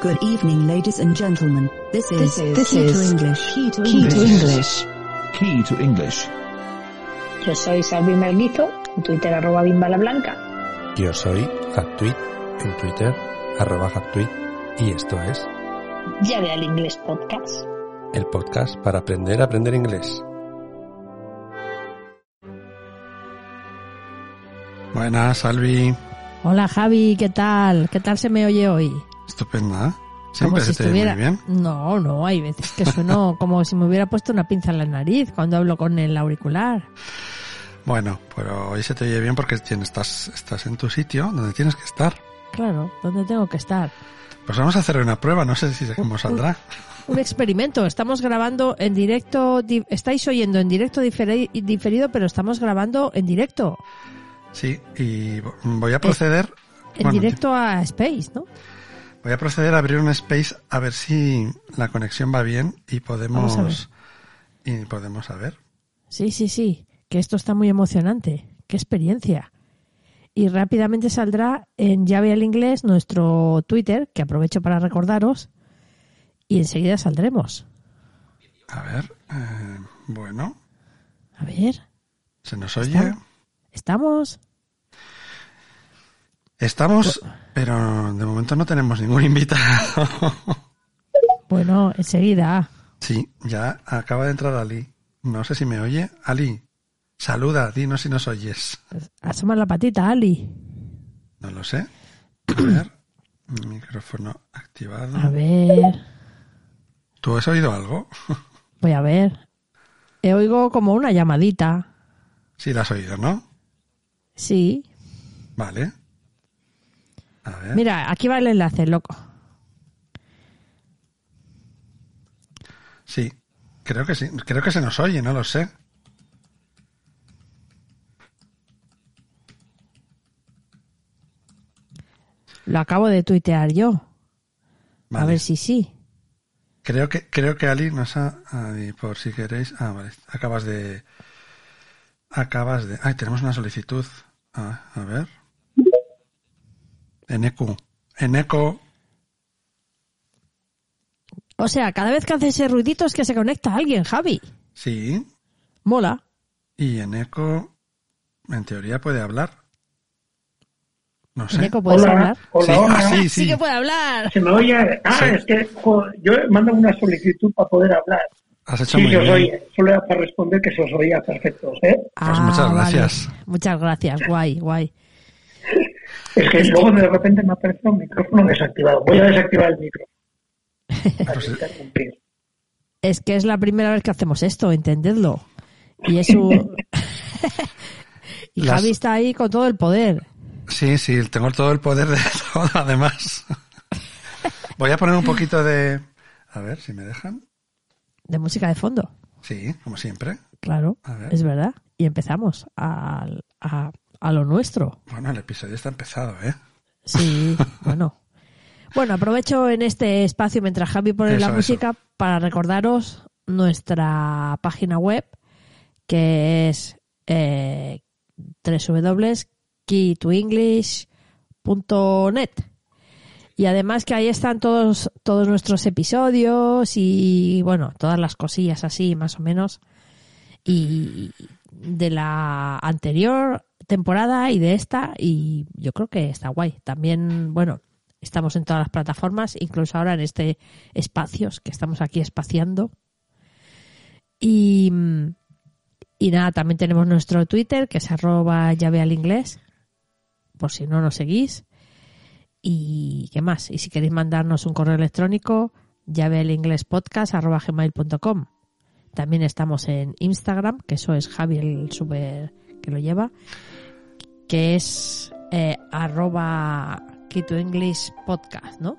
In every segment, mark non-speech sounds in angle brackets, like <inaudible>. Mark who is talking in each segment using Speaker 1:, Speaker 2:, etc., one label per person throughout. Speaker 1: Good evening, ladies and gentlemen. This is,
Speaker 2: This is- this
Speaker 1: Key
Speaker 2: is
Speaker 1: to English. Key to
Speaker 2: Key to English.
Speaker 3: Key to English.
Speaker 4: Yo soy Salvin Merguizo, en Twitter arroba bimbalablanca.
Speaker 5: Yo soy HackTweet en Twitter, arroba HackTweet, y esto es
Speaker 4: Llave al inglés podcast.
Speaker 5: el podcast para aprender a aprender inglés.
Speaker 6: Buenas, Albi.
Speaker 2: Hola Javi, ¿qué tal? ¿Qué tal se me oye hoy?
Speaker 6: Estupenda.
Speaker 2: Como
Speaker 6: Siempre
Speaker 2: si
Speaker 6: se te ve
Speaker 2: estuviera...
Speaker 6: muy bien.
Speaker 2: No, no, hay veces que
Speaker 6: <laughs>
Speaker 2: sueno como si me hubiera puesto una pinza en la nariz cuando hablo con el auricular.
Speaker 6: Bueno, pero hoy se te oye bien porque tienes- estás, estás en tu sitio donde tienes que estar.
Speaker 2: Claro, ¿dónde tengo que estar?
Speaker 6: Pues vamos a hacer una prueba, no sé si cómo saldrá.
Speaker 2: Un experimento, estamos grabando en directo, di- estáis oyendo en directo diferi- diferido, pero estamos grabando en directo,
Speaker 6: Sí, y vo- voy a proceder.
Speaker 2: en
Speaker 6: bueno,
Speaker 2: directo a Space, ¿no?
Speaker 6: Voy a proceder a abrir un space a ver si la conexión va bien y podemos.
Speaker 2: Vamos
Speaker 6: Y podemos saber.
Speaker 2: Sí, sí, sí, que esto está muy emocionante, qué experiencia. Y rápidamente saldrá en llave al inglés nuestro Twitter, que aprovecho para recordaros, y enseguida saldremos.
Speaker 6: A ver. eh, bueno,
Speaker 2: A ver,
Speaker 6: se nos oye.
Speaker 2: ¿Está? ¿estamos?
Speaker 6: Estamos, pero de momento no tenemos ningún <laughs> invitado.
Speaker 2: Bueno, enseguida.
Speaker 6: Sí, ya acaba de entrar Ali. No sé si me oye. Ali, saluda, dinos si nos oyes.
Speaker 2: Asoma la patita, Ali.
Speaker 6: No lo sé. A ver, micrófono activado.
Speaker 2: A ver,
Speaker 6: ¿Tú has oído algo? <laughs>
Speaker 2: voy a ver. Eh, oigo como una llamadita.
Speaker 6: Sí, la has oído, ¿no?
Speaker 2: Sí.
Speaker 6: Vale. A ver.
Speaker 2: Mira, aquí va el enlace, loco.
Speaker 6: Sí, creo que sí. Creo que se nos oye, no lo sé.
Speaker 2: Lo acabo de tuitear yo. A
Speaker 6: Vale.
Speaker 2: ver si sí.
Speaker 6: Creo que, creo que Ali nos ha. ay, por si queréis. Ah, vale. Acabas de. Acabas de. Ay, tenemos una solicitud. Ah, a ver. En eco. En eco.
Speaker 2: O sea, cada vez que hace ese ruidito es que se conecta alguien, Javi.
Speaker 6: Sí.
Speaker 2: Mola.
Speaker 6: Y en eco. En teoría puede hablar. No sé.
Speaker 2: Eneco, ¿puedes
Speaker 7: Hola,
Speaker 2: hablar?
Speaker 7: hola,
Speaker 6: Sí,
Speaker 7: hola.
Speaker 6: ah,
Speaker 2: <laughs>
Speaker 6: sí,
Speaker 2: Sí
Speaker 6: sí.
Speaker 2: que puede hablar.
Speaker 7: ¿Se me oye? Ah,
Speaker 6: Sí.
Speaker 7: es que jo, yo mando una solicitud para poder hablar.
Speaker 6: Has hecho
Speaker 7: Sí,
Speaker 6: muy
Speaker 7: se os
Speaker 6: bien.
Speaker 7: oye. Solo era para responder que se os oía perfectos, ¿eh?
Speaker 6: Pues muchas
Speaker 2: Ah, vale.
Speaker 6: gracias.
Speaker 2: Muchas gracias, guay, guay.
Speaker 7: Es que luego de repente me aparece un micrófono desactivado. Voy a desactivar
Speaker 6: <laughs>
Speaker 7: el micrófono. para
Speaker 6: Pues,
Speaker 7: evitar cumplir.
Speaker 2: Es que es la primera vez que hacemos esto, entendedlo. Y eso...
Speaker 6: <laughs>
Speaker 2: <laughs> y
Speaker 6: Las-
Speaker 2: Javi está ahí con todo el poder.
Speaker 6: Sí, sí, tengo todo el poder de <laughs> todo, además. Voy a poner un poquito de. A ver si me dejan.
Speaker 2: De música de fondo,
Speaker 6: Sí, como siempre.
Speaker 2: claro.
Speaker 6: A ver.
Speaker 2: Es verdad. Y empezamos al- a, a lo nuestro.
Speaker 6: Bueno, el episodio está empezado, ¿eh?
Speaker 2: Sí,
Speaker 6: <laughs>
Speaker 2: bueno. Bueno, aprovecho en este espacio mientras Javi pone
Speaker 6: Eso,
Speaker 2: la
Speaker 6: eso.
Speaker 2: música para recordaros nuestra página web que es eh, www.keytoenglish.net y además que ahí están todos todos nuestros episodios y bueno, todas las cosillas así más o menos y de la anterior temporada y de esta y yo creo que está guay. También, bueno, estamos en todas las plataformas, incluso ahora en este espacios que estamos aquí espaciando. Y, mm, y nada, también tenemos nuestro Twitter que es arroba llave al inglés, por si no nos seguís. Y qué más, y si queréis mandarnos un correo electrónico, llave al inglés podcast arroba gmail.com. También estamos en Instagram, que eso es Javi el super que lo lleva, que es eh, arroba que tu English Podcast, ¿no?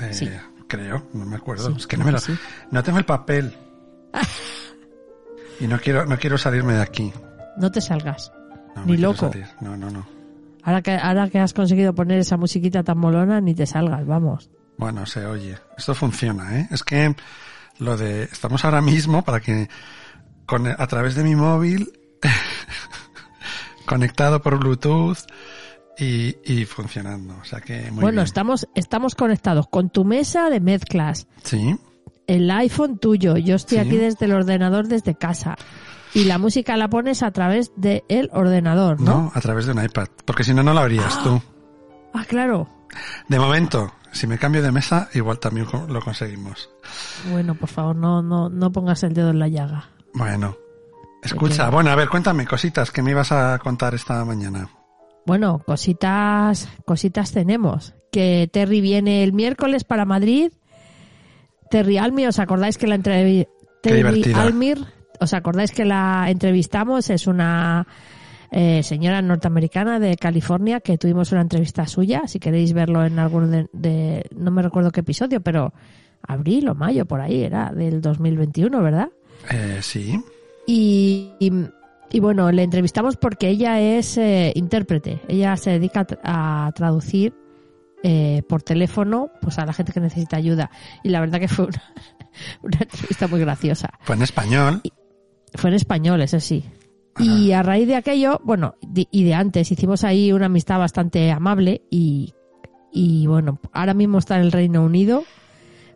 Speaker 6: Eh,
Speaker 2: Sí.
Speaker 6: Creo, no me acuerdo.
Speaker 2: Sí,
Speaker 6: es que no me lo.
Speaker 2: creo que sí.
Speaker 6: No tengo el papel.
Speaker 2: <laughs>
Speaker 6: y no quiero, no quiero salirme de aquí.
Speaker 2: No te salgas.
Speaker 6: No,
Speaker 2: Ni
Speaker 6: no quiero
Speaker 2: loco.
Speaker 6: salir. No, no, no.
Speaker 2: Ahora que, ahora que has conseguido poner esa musiquita tan molona, ni te salgas, vamos.
Speaker 6: Bueno, se oye. Esto funciona, ¿eh? Es que lo de. Estamos ahora mismo para que. Con, a través de mi móvil. <laughs> conectado por Bluetooth. Y, y funcionando. O sea que muy
Speaker 2: bueno,
Speaker 6: bien.
Speaker 2: estamos, estamos conectados con tu mesa de mezclas,
Speaker 6: Sí.
Speaker 2: el iPhone tuyo, yo estoy
Speaker 6: Sí.
Speaker 2: aquí desde el ordenador desde casa. Y la música la pones a través del ordenador,
Speaker 6: ¿No?
Speaker 2: ¿no?
Speaker 6: a través de un iPad. Porque si no, no lo harías tú.
Speaker 2: Ah, claro.
Speaker 6: De momento, si me cambio de mesa, igual también co- lo conseguimos.
Speaker 2: Bueno, por favor, no, no, no pongas el dedo en la llaga.
Speaker 6: Bueno, escucha,
Speaker 2: queda.
Speaker 6: bueno, a ver, cuéntame cositas que me ibas a contar esta mañana.
Speaker 2: Bueno, cositas, cositas tenemos. Que Terry viene el miércoles para Madrid. Terry Almir, ¿os acordáis que la entrevista?
Speaker 6: Qué
Speaker 2: Terry
Speaker 6: divertida.
Speaker 2: Almir, ¿os acordáis que la entrevistamos? Es una eh, señora norteamericana de California que tuvimos una entrevista suya. Si queréis verlo en algún de, de- no me recuerdo qué episodio, pero abril o mayo por ahí era del 2021, ¿verdad?
Speaker 6: Eh, sí,
Speaker 2: Y, y, y bueno, le entrevistamos porque ella es eh, intérprete. Ella se dedica a tra- a, traducir eh, por teléfono pues a la gente que necesita ayuda. Y la verdad que fue una, <laughs> una entrevista muy graciosa.
Speaker 6: fue en español.
Speaker 2: Fue en español, eso sí. Y a raíz de aquello, bueno, de- y de antes, hicimos ahí una amistad bastante amable y, y bueno, ahora mismo está en el Reino Unido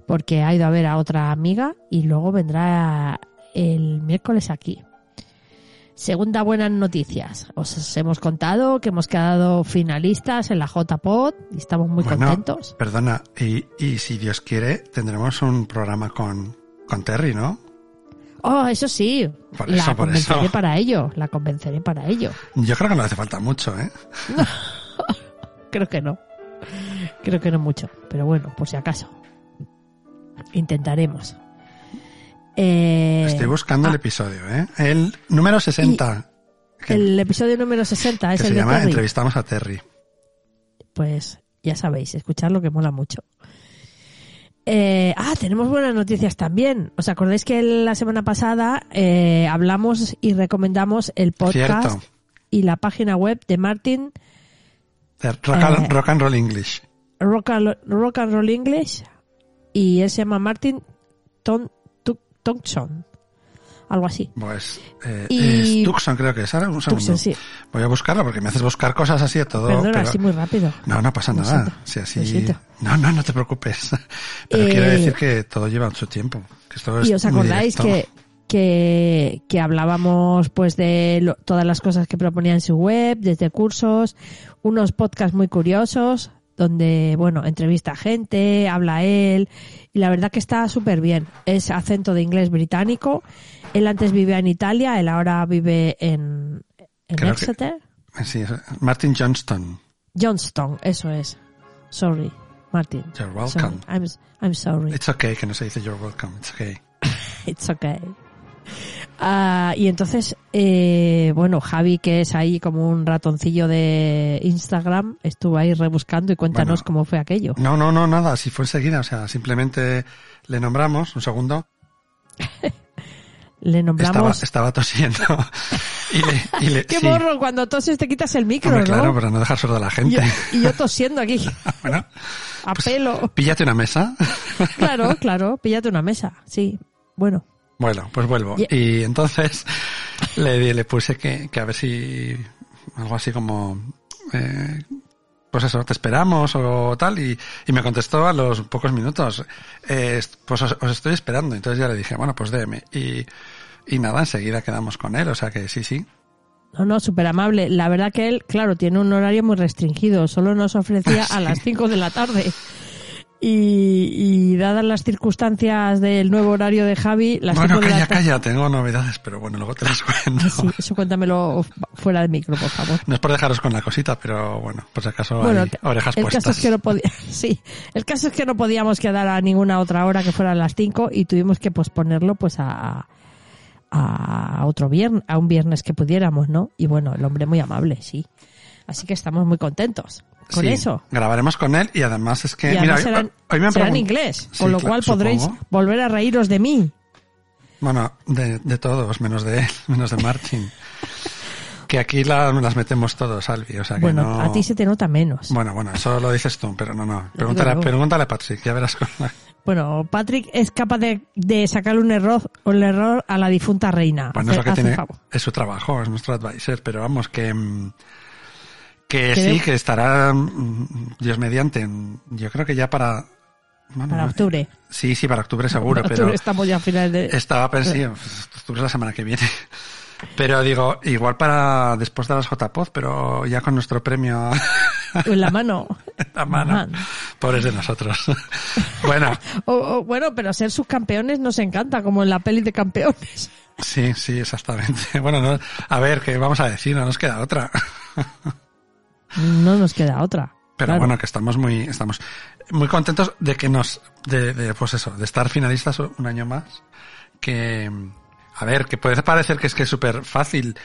Speaker 2: porque ha ido a ver a otra amiga y luego vendrá el miércoles aquí. Segunda buenas noticias. Os, os hemos contado que hemos quedado finalistas en la JPod y estamos muy
Speaker 6: Bueno,
Speaker 2: contentos.
Speaker 6: Perdona, y, y si Dios quiere, tendremos un programa con, con Terry, ¿no?
Speaker 2: Oh, eso sí.
Speaker 6: Por
Speaker 2: la
Speaker 6: eso, por
Speaker 2: convenceré
Speaker 6: eso.
Speaker 2: para ello. La convenceré para ello.
Speaker 6: Yo creo que no hace falta mucho, ¿eh?
Speaker 2: Creo que no. Creo que no mucho, pero bueno, por si acaso. Intentaremos. Eh,
Speaker 6: Estoy buscando el episodio, ¿eh? El número 60, que,
Speaker 2: el episodio número 60
Speaker 6: que
Speaker 2: es
Speaker 6: se
Speaker 2: el de
Speaker 6: llama
Speaker 2: Terry.
Speaker 6: Entrevistamos a Terry.
Speaker 2: Pues ya sabéis, escucharlo que mola mucho. Eh, ah, tenemos buenas noticias también. ¿Os acordáis que la semana pasada eh, hablamos y recomendamos el podcast
Speaker 6: Cierto.
Speaker 2: y la página web de Martin
Speaker 6: Eh, Rock, and-
Speaker 2: Eh.
Speaker 6: Rock and Roll English.
Speaker 2: Rock and, Rock and Roll English y él se llama Martin Tom- Tu- Thompson. Algo así.
Speaker 6: Pues eh,
Speaker 2: Y-
Speaker 6: es Tucson, creo que es. Ahora un segundo.
Speaker 2: Thompson, sí.
Speaker 6: Voy a buscarlo porque me haces buscar cosas así a todo.
Speaker 2: Perdona,
Speaker 6: pero-
Speaker 2: así muy rápido.
Speaker 6: No, no pasa
Speaker 2: Lo
Speaker 6: nada.
Speaker 2: siento,
Speaker 6: Si
Speaker 2: lo
Speaker 6: así...
Speaker 2: siento.
Speaker 6: No, no, no te preocupes. <laughs> Pero
Speaker 2: Eh,
Speaker 6: quiero decir que todo lleva su tiempo. Que esto
Speaker 2: Y
Speaker 6: es
Speaker 2: os
Speaker 6: muy
Speaker 2: acordáis
Speaker 6: directo.
Speaker 2: que, que, que hablábamos pues de lo- todas las cosas que proponía en su web, desde cursos, unos podcasts muy curiosos donde, bueno, entrevista a gente, habla él, y la verdad que está súper bien. Es acento de inglés británico. Él antes vivía en Italia, él ahora vive en, en
Speaker 6: Creo que-
Speaker 2: Exeter.
Speaker 6: Sí, es Martin Johnston.
Speaker 2: Johnston, eso es. Sorry, Martin.
Speaker 6: You're welcome.
Speaker 2: Sorry. I'm, I'm sorry.
Speaker 6: It's okay, que no se dice you're welcome. It's okay.
Speaker 2: It's okay. Ah, y entonces, eh, bueno, Javi, que es ahí como un ratoncillo de Instagram, estuvo ahí rebuscando y cuéntanos
Speaker 6: Bueno.
Speaker 2: cómo fue aquello.
Speaker 6: No, no, no, nada. Si fue enseguida, o sea, simplemente le nombramos. Un segundo.
Speaker 2: Le
Speaker 6: Estaba,
Speaker 2: nombramos...
Speaker 6: estaba tosiendo. <laughs> y le, y
Speaker 2: <laughs>
Speaker 6: le-
Speaker 2: ¡Qué
Speaker 6: sí.
Speaker 2: morro! Cuando toses te quitas el micro,
Speaker 6: Hombre,
Speaker 2: ¿no?
Speaker 6: claro, para no dejar sorda a la
Speaker 2: y, yo,
Speaker 6: gente.
Speaker 2: y yo tosiendo aquí,
Speaker 6: <laughs> bueno,
Speaker 2: a
Speaker 6: <laughs> Pues-
Speaker 2: pelo.
Speaker 6: píllate una mesa.
Speaker 2: Claro, claro, píllate una mesa, sí. Bueno,
Speaker 6: Bueno, pues vuelvo.
Speaker 2: Ye-
Speaker 6: Y entonces <laughs> le, di- le puse que, que a ver si algo así como, eh, pues eso, te esperamos o tal. Y, y me contestó a los pocos minutos, eh, est- pues os, os estoy esperando. Entonces ya le dije, bueno, pues déme. Y, y nada, enseguida quedamos con él. O sea que sí, sí.
Speaker 2: no, no, súper amable. La verdad que él, claro, tiene un horario muy restringido, solo nos ofrecía a las 5 de la tarde. Y, y dadas las circunstancias del nuevo horario de Javi, las
Speaker 6: bueno,
Speaker 2: 5 de
Speaker 6: calla,
Speaker 2: la tarde...
Speaker 6: calla, tengo novedades, pero bueno, luego
Speaker 2: <laughs>
Speaker 6: te las cuento.
Speaker 2: Sí, eso cuéntamelo fuera de micro, por favor.
Speaker 6: No es por dejaros con la cosita, pero bueno, por si acaso
Speaker 2: Bueno,
Speaker 6: hay orejas
Speaker 2: el
Speaker 6: puestas.
Speaker 2: caso, es que no podía- <laughs> sí, el caso es que no podíamos quedar a ninguna otra hora que fuera a las 5 y tuvimos que posponerlo pues a, a otro viernes, a un viernes que pudiéramos, ¿no? Y bueno, el hombre muy amable, sí. Así que estamos muy contentos. con
Speaker 6: Sí,
Speaker 2: eso.
Speaker 6: Grabaremos con él y además es que.
Speaker 2: y
Speaker 6: mira,
Speaker 2: además
Speaker 6: hoy-
Speaker 2: serán-
Speaker 6: hoy me han
Speaker 2: será en
Speaker 6: pregun-
Speaker 2: inglés,
Speaker 6: Sí,
Speaker 2: con lo
Speaker 6: claro,
Speaker 2: cual podréis
Speaker 6: supongo.
Speaker 2: volver a reíros de mí.
Speaker 6: Bueno, de, de todos, menos de él, <laughs> menos de Martin. que aquí la- las metemos todos, Albi. O sea que
Speaker 2: Bueno,
Speaker 6: no-
Speaker 2: a ti se te nota menos.
Speaker 6: Bueno, bueno, eso lo dices tú, pero no, no. Pregúntale,
Speaker 2: Claro.
Speaker 6: pregúntale a Patrick, ya verás. con-
Speaker 2: Bueno, Patrick es capaz de, de sacarle un error, un error a la difunta reina. Hace-
Speaker 6: Bueno, es lo que
Speaker 2: hace
Speaker 6: tiene,
Speaker 2: favor.
Speaker 6: es su trabajo, es nuestro advisor, pero vamos, que, mm, que
Speaker 2: Que
Speaker 6: sí,
Speaker 2: de-
Speaker 6: que estará, mm, Dios mediante, en- yo creo que ya para... bueno,
Speaker 2: Para
Speaker 6: no,
Speaker 2: octubre.
Speaker 6: Sí, sí, para octubre seguro,
Speaker 2: Para
Speaker 6: pero
Speaker 2: octubre estamos ya a final de...
Speaker 6: estaba pensando, octubre es la semana que viene. Pero digo, igual para después de las JPOD, pero ya con nuestro premio
Speaker 2: En la mano.
Speaker 6: a mano.
Speaker 2: Man.
Speaker 6: Pobres de nosotros. <laughs> bueno,
Speaker 2: O- o, bueno, pero ser sus campeones nos encanta, como en la peli de campeones.
Speaker 6: sí, sí, exactamente. <laughs> Bueno, no- a ver, ¿qué vamos a decir? No nos queda otra.
Speaker 2: No nos queda otra.
Speaker 6: Pero
Speaker 2: Claro.
Speaker 6: bueno, que estamos muy, estamos muy contentos de que nos, de, de, pues eso, de estar finalistas un año más. Que, a ver, que puede parecer que es que es súper fácil,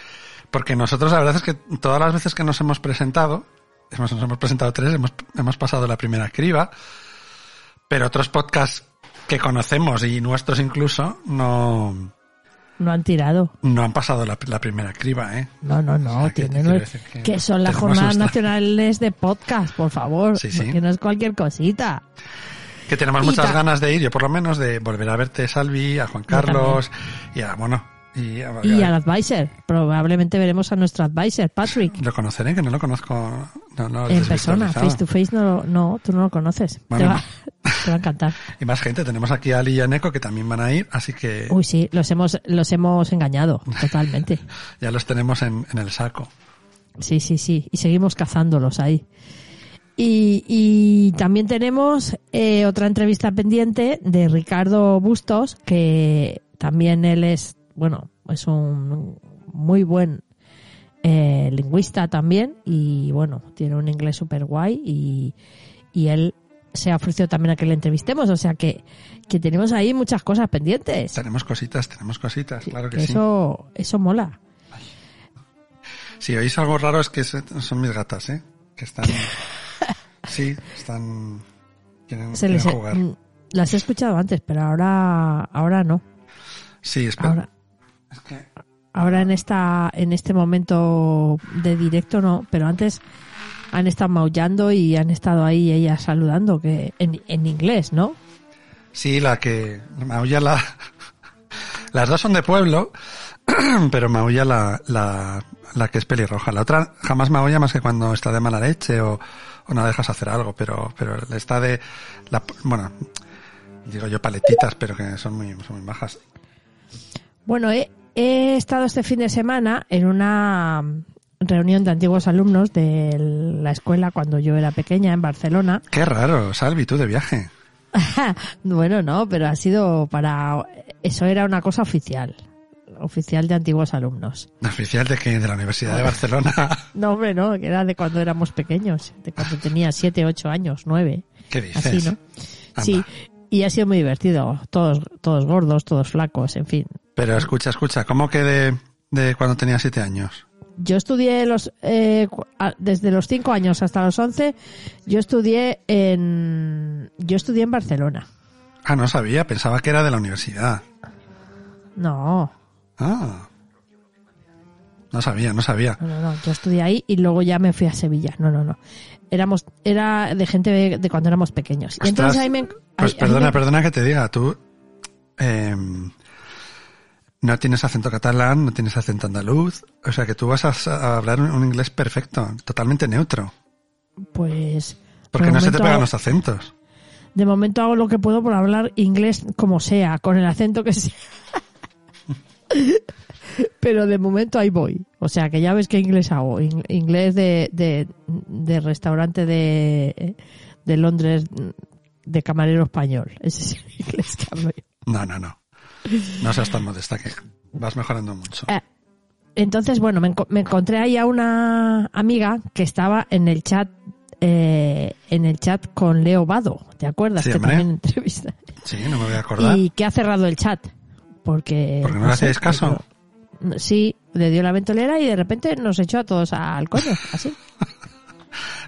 Speaker 6: porque nosotros la verdad es que todas las veces que nos hemos presentado, hemos- nos hemos presentado tres, hemos, hemos pasado la primera criba, pero otros podcasts que conocemos y nuestros incluso no,
Speaker 2: No han tirado.
Speaker 6: no han pasado la, la primera criba, ¿eh?
Speaker 2: No, no, no,
Speaker 6: O sea, que
Speaker 2: tienen
Speaker 6: quiero
Speaker 2: un-
Speaker 6: decir
Speaker 2: que,
Speaker 6: que
Speaker 2: son las
Speaker 6: tenemos
Speaker 2: jornadas
Speaker 6: nuestra-
Speaker 2: nacionales de podcast, por favor,
Speaker 6: Sí, sí.
Speaker 2: que no es cualquier cosita.
Speaker 6: Que tenemos
Speaker 2: Y
Speaker 6: muchas
Speaker 2: ta-
Speaker 6: ganas de ir, yo por lo menos, de volver a verte, Salvi, a Juan Carlos y a, bueno, y a,
Speaker 2: Y al advisor, probablemente veremos a nuestro advisor,
Speaker 6: <laughs>
Speaker 2: Patrick,
Speaker 6: Lo conoceré, que no lo conozco. No, no,
Speaker 2: en persona,
Speaker 6: desvirtualizado.
Speaker 2: face to face, no, no, tú no lo conoces.
Speaker 6: Bueno.
Speaker 2: Te, va, te va a encantar.
Speaker 6: Y más gente, tenemos aquí a Ali y a Neko que también van a ir, así que
Speaker 2: Uy, sí, los hemos, los hemos engañado, totalmente.
Speaker 6: ya los tenemos en, en el saco.
Speaker 2: Sí, sí, sí. Y seguimos cazándolos ahí. Y, y también tenemos eh, otra entrevista pendiente de Ricardo Bustos, que también él es, bueno, es un muy buen eh, lingüista también y bueno, tiene un inglés súper guay y, y él se ha ofrecido también a que le entrevistemos, o sea que, que tenemos ahí muchas cosas pendientes.
Speaker 6: Tenemos cositas, tenemos cositas, claro que,
Speaker 2: Que
Speaker 6: sí.
Speaker 2: eso, eso mola.
Speaker 6: Si oís algo raro es que se- son mis gatas, ¿eh?
Speaker 2: <laughs>
Speaker 6: Que están... sí, están... Quieren,
Speaker 2: Se
Speaker 6: quieren
Speaker 2: les-
Speaker 6: jugar.
Speaker 2: mm, las he escuchado antes, pero ahora, ahora no.
Speaker 6: Sí, espera.
Speaker 2: Ahora, ahora en esta, en este momento de directo no, pero antes han estado maullando y han estado ahí ellas saludando, que en, en inglés, ¿no?
Speaker 6: Sí, la que maulla la... Las dos son de pueblo, <clears throat> pero maulla la, la, la que es pelirroja. La otra jamás maulla más que cuando está de mala leche o, o no la dejas hacer algo, pero, pero está de... La, bueno, digo yo paletitas, pero que son muy, son muy bajas.
Speaker 2: Bueno, he, he estado este fin de semana en una reunión de antiguos alumnos de la escuela cuando yo era pequeña en Barcelona.
Speaker 6: Qué raro, Salvi, tú de viaje.
Speaker 2: <laughs> bueno, no, pero ha sido para... Eso era una cosa oficial, oficial de antiguos alumnos.
Speaker 6: Oficial de que de la Universidad de Barcelona. <laughs>
Speaker 2: No, hombre, no, que era de cuando éramos pequeños, de cuando tenía siete, ocho años, nueve,
Speaker 6: ¿Qué dices?
Speaker 2: así, ¿no? Sí, y ha sido muy divertido, todos, todos gordos, todos flacos, en fin.
Speaker 6: Pero escucha, escucha, ¿cómo que de, de cuando tenía siete años?
Speaker 2: Yo estudié los, eh, cu- a- desde los cinco años hasta los once, yo estudié en, yo estudié en Barcelona.
Speaker 6: Ah, no sabía, pensaba que era de la universidad.
Speaker 2: No,
Speaker 6: Ah. No sabía, no sabía.
Speaker 2: no, no, no, yo estudié ahí y luego ya me fui a Sevilla, no, no, no. Éramos, era de gente de, de cuando éramos pequeños. Y entonces
Speaker 6: Ostras,
Speaker 2: ahí me,
Speaker 6: Pues
Speaker 2: ahí- ahí
Speaker 6: perdona,
Speaker 2: me-
Speaker 6: perdona que te diga, tú eh, no tienes acento catalán, no tienes acento andaluz, o sea que tú vas a, a hablar un, un inglés perfecto, totalmente neutro,
Speaker 2: pues,
Speaker 6: porque
Speaker 2: de
Speaker 6: no se te
Speaker 2: momento-
Speaker 6: pegan los acentos.
Speaker 2: De momento hago lo que puedo por hablar inglés como sea, con el acento que sea. <laughs> Pero de momento ahí voy. O sea, que ya ves qué inglés hago. In- Inglés de, de, de restaurante de, de Londres de camarero español. Ese es el inglés que hablo yo.
Speaker 6: No, no, no. No seas tan modesta que vas mejorando mucho.
Speaker 2: Eh, Entonces, bueno, me, enco- me encontré ahí a una amiga que estaba en el chat eh, en el chat con Leo Vado. ¿Te acuerdas?
Speaker 6: Sí,
Speaker 2: que
Speaker 6: hombre.
Speaker 2: también entrevista.
Speaker 6: Sí, no me voy a acordar.
Speaker 2: Y que ha cerrado el chat. Porque,
Speaker 6: Porque no le
Speaker 2: sé,
Speaker 6: hacéis caso.
Speaker 2: no- Sí, le dio la ventolera y de repente nos echó a todos al coño, así.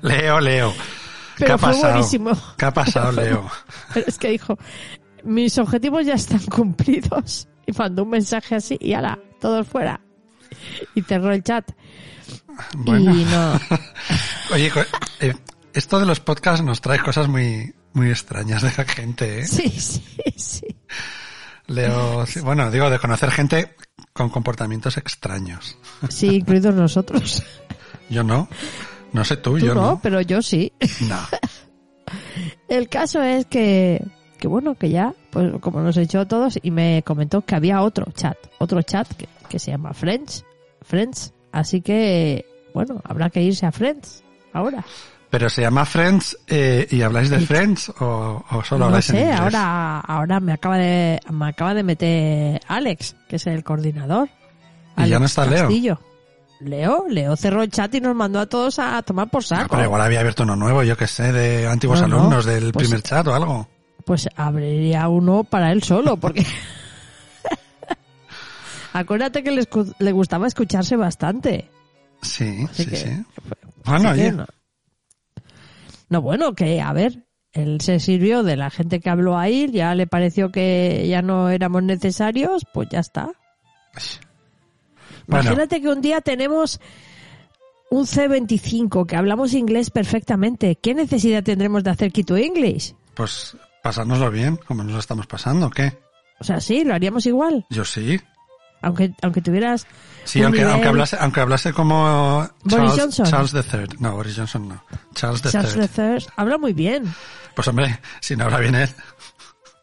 Speaker 6: Leo, Leo. <laughs> ¿Qué
Speaker 2: Pero
Speaker 6: ha
Speaker 2: fue
Speaker 6: pasado? <laughs>
Speaker 2: buenísimo.
Speaker 6: ¿Qué ha
Speaker 2: <laughs>
Speaker 6: pasado, Leo?
Speaker 2: Pero es que dijo, mis objetivos ya están <laughs> cumplidos. Y mandó un mensaje así y ala, todos fuera. Y cerró el chat.
Speaker 6: Bueno.
Speaker 2: Y
Speaker 6: <laughs>
Speaker 2: no.
Speaker 6: Oye, co- eh, esto de los podcasts nos trae cosas muy, muy extrañas de la gente, ¿eh?
Speaker 2: Sí, sí, sí.
Speaker 6: Leo, sí, bueno, digo, de conocer gente con comportamientos extraños.
Speaker 2: Sí, incluidos nosotros.
Speaker 6: Yo no. No sé
Speaker 2: Tú
Speaker 6: tú, yo
Speaker 2: no,
Speaker 6: no.
Speaker 2: pero yo sí.
Speaker 6: No.
Speaker 2: El caso es que, que bueno, que ya, pues como nos echó a todos y me comentó que había otro chat, otro chat que, que se llama Friends, Friends. Así que, bueno, habrá que irse a Friends ahora.
Speaker 6: Pero se llama Friends eh, y habláis de Friends o, o solo
Speaker 2: no
Speaker 6: habláis en
Speaker 2: sé,
Speaker 6: inglés.
Speaker 2: ahora, ahora me acaba de, me acaba de meter Alex, que es el coordinador.
Speaker 6: Y ya no está Leo.
Speaker 2: Castillo. Leo, Leo cerró el chat y nos mandó a todos a tomar por
Speaker 6: No,
Speaker 2: saco.
Speaker 6: Ah, pero igual había abierto uno nuevo, yo que sé, de antiguos
Speaker 2: No, no,
Speaker 6: alumnos del
Speaker 2: pues-
Speaker 6: primer chat o algo.
Speaker 2: pues abriría uno para él solo,
Speaker 6: <laughs>
Speaker 2: porque... Acuérdate que le, escu- le gustaba escucharse bastante.
Speaker 6: Sí,
Speaker 2: Así
Speaker 6: sí,
Speaker 2: que- pues,
Speaker 6: sí. Bueno,
Speaker 2: Así que
Speaker 6: Ah, oye,
Speaker 2: no. No, bueno, que a ver, él se sirvió de la gente que habló ahí, ya le pareció que ya no éramos necesarios, pues ya está.
Speaker 6: Bueno.
Speaker 2: Imagínate que un día tenemos un C25, que hablamos inglés perfectamente. ¿Qué necesidad tendremos de hacer Quito English?
Speaker 6: pues pasárnoslo bien, como nos lo estamos pasando, ¿o ¿qué?
Speaker 2: O sea, sí, lo haríamos igual,
Speaker 6: Yo sí.
Speaker 2: aunque, aunque tuvieras...
Speaker 6: Sí,
Speaker 2: un
Speaker 6: aunque,
Speaker 2: nivel-
Speaker 6: aunque, hablase, aunque hablase como
Speaker 2: Boris
Speaker 6: Charles,
Speaker 2: Johnson.
Speaker 6: Charles III. No, Boris Johnson no. Charles III.
Speaker 2: Charles III habla muy bien.
Speaker 6: Pues hombre, <laughs> si no habla bien él,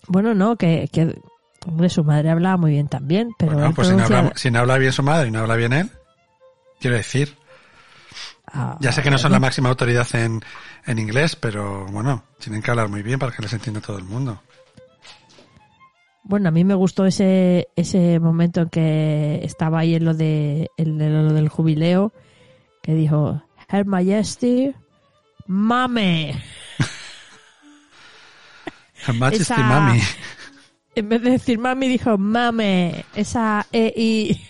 Speaker 2: Bueno, no, que, que hombre, su madre hablaba muy bien también, pero
Speaker 6: bueno,
Speaker 2: él
Speaker 6: pues si no,
Speaker 2: pronuncia-
Speaker 6: habla, si no habla bien su madre y no habla bien él, quiero decir,
Speaker 2: Ah,
Speaker 6: ya sé que no son la máxima autoridad en, en inglés, pero bueno, tienen que hablar muy bien para que les entienda todo el mundo. <laughs>
Speaker 2: Bueno, a mí me gustó ese ese momento en que estaba ahí en lo de en lo del jubileo que dijo Her Majesty mame
Speaker 6: Her Majesty
Speaker 2: Esa-
Speaker 6: Mami.
Speaker 2: en vez de decir mami dijo mame esa e i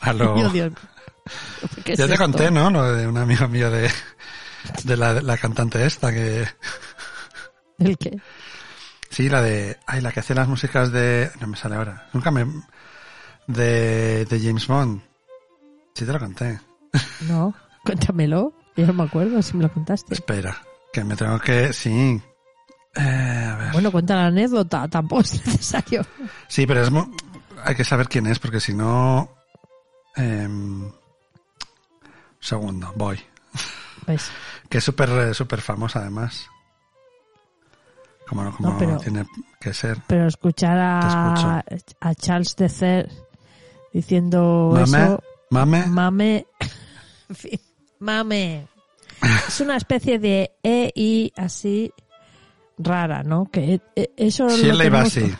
Speaker 6: A
Speaker 2: <laughs>
Speaker 6: lo-
Speaker 2: Yo, Dios mío, ¿qué es
Speaker 6: ya te
Speaker 2: esto?
Speaker 6: conté, ¿no? Lo de un amigo mío de, de la, la cantante esta que...
Speaker 2: ¿El qué?
Speaker 6: Sí, la de... Ay, la que hace las músicas de... No me sale ahora. Nunca me... De, de James Bond. Sí, te lo conté.
Speaker 2: No, cuéntamelo. Yo no me acuerdo si me lo contaste.
Speaker 6: Espera, que me tengo que... Sí. Eh, a ver.
Speaker 2: Bueno, cuenta la anécdota, tampoco es necesario.
Speaker 6: Sí, pero es mu- hay que saber quién es, porque si no... em, segundo, voy.
Speaker 2: Pues,
Speaker 6: Que es súper eh, súper famosa, además. Como, no- como
Speaker 2: No, pero-
Speaker 6: tiene que ser.
Speaker 2: pero escuchar a, a Charles III diciendo
Speaker 6: Mame,
Speaker 2: eso,
Speaker 6: mame,
Speaker 2: mame, en fin, mame. Es una especie de EI así rara, ¿no? Que eh, eso lo
Speaker 6: Shirley
Speaker 2: tenemos-
Speaker 6: Bassey.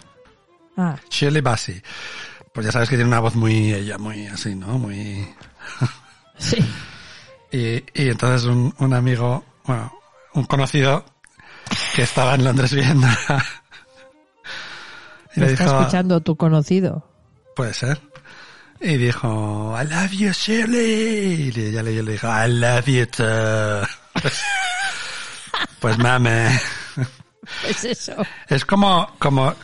Speaker 2: Ah,
Speaker 6: Shirley Bassey. Pues ya sabes que tiene una voz muy ella, muy así, ¿no? Muy...
Speaker 2: sí.
Speaker 6: Y, y entonces un, un amigo, bueno, un conocido que estaba en Londres viendo. y
Speaker 2: Me
Speaker 6: le
Speaker 2: está
Speaker 6: dijo,
Speaker 2: escuchando tu conocido.
Speaker 6: puede ser. Y dijo, I love you, Shirley. Y ella le, yo le dijo, I love you too. pues mame.
Speaker 2: Es Pues eso.
Speaker 6: Es como, como,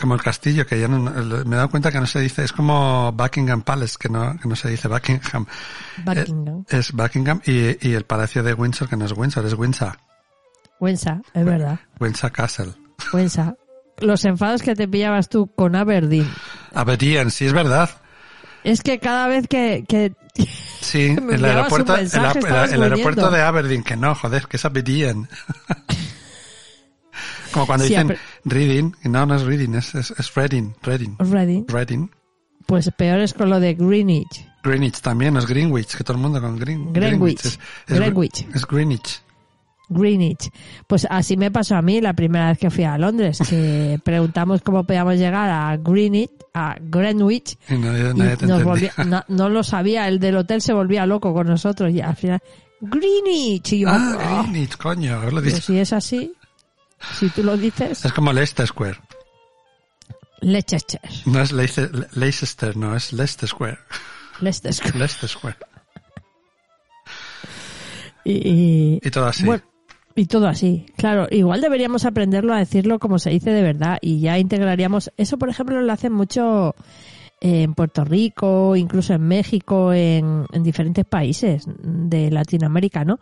Speaker 6: como el castillo, que ya no, me he dado cuenta que no se dice, es como Buckingham Palace, que no, que no se dice Buckingham.
Speaker 2: Buckingham.
Speaker 6: Es Buckingham y, y el palacio de Windsor, que no es Windsor, es Windsor.
Speaker 2: Wensa,
Speaker 6: pues-
Speaker 2: es verdad.
Speaker 6: Windsor Castle.
Speaker 2: Wensa. Los enfados que te pillabas tú con Aberdeen.
Speaker 6: Aberdeen, sí, es verdad.
Speaker 2: Es que cada vez que, que <laughs>
Speaker 6: Sí,
Speaker 2: Me enviabas un
Speaker 6: el aeropuerto, el,
Speaker 2: mensaje,
Speaker 6: a- el-
Speaker 2: estabas
Speaker 6: el aeropuerto
Speaker 2: muriendo.
Speaker 6: de Aberdeen, que no, joder, que es Aberdeen. <laughs> como cuando
Speaker 2: Sí,
Speaker 6: dicen
Speaker 2: aber-
Speaker 6: Reading, y no, no es Reading, es, es, es Reading, Reading,
Speaker 2: Reading,
Speaker 6: Reading.
Speaker 2: pues peor es con lo de Greenwich.
Speaker 6: Greenwich también, no es Greenwich, que todo el mundo con Green,
Speaker 2: Greenwich,
Speaker 6: Es,
Speaker 2: Greenwich.
Speaker 6: es Greenwich.
Speaker 2: Greenwich. Pues así me pasó a mí la primera vez que fui a Londres,
Speaker 6: <laughs>
Speaker 2: que preguntamos cómo podíamos llegar a Greenwich, a Greenwich,
Speaker 6: Y nadie,
Speaker 2: y
Speaker 6: nadie te
Speaker 2: nos
Speaker 6: entendía.
Speaker 2: volvía- no, no lo sabía, el del hotel se volvía loco con nosotros y al final, Greenwich, y yo,
Speaker 6: <laughs> Ah,
Speaker 2: "Ah".
Speaker 6: Greenwich, coño, haberlo
Speaker 2: Pero
Speaker 6: dicho.
Speaker 2: si es así, si tú lo dices,
Speaker 6: Es como Leicester Square.
Speaker 2: Leicester,
Speaker 6: No es Leice- Le- Leicester, no, es <laughs> Leicester Square.
Speaker 2: Leicester.
Speaker 6: Leicester Square.
Speaker 2: Y,
Speaker 6: Y todo así.
Speaker 2: Bueno, y todo así, claro. Igual deberíamos aprenderlo a decirlo como se dice de verdad y ya integraríamos. Eso, por ejemplo, lo hacen mucho en Puerto Rico, incluso en México, en, en diferentes países de Latinoamérica, ¿no?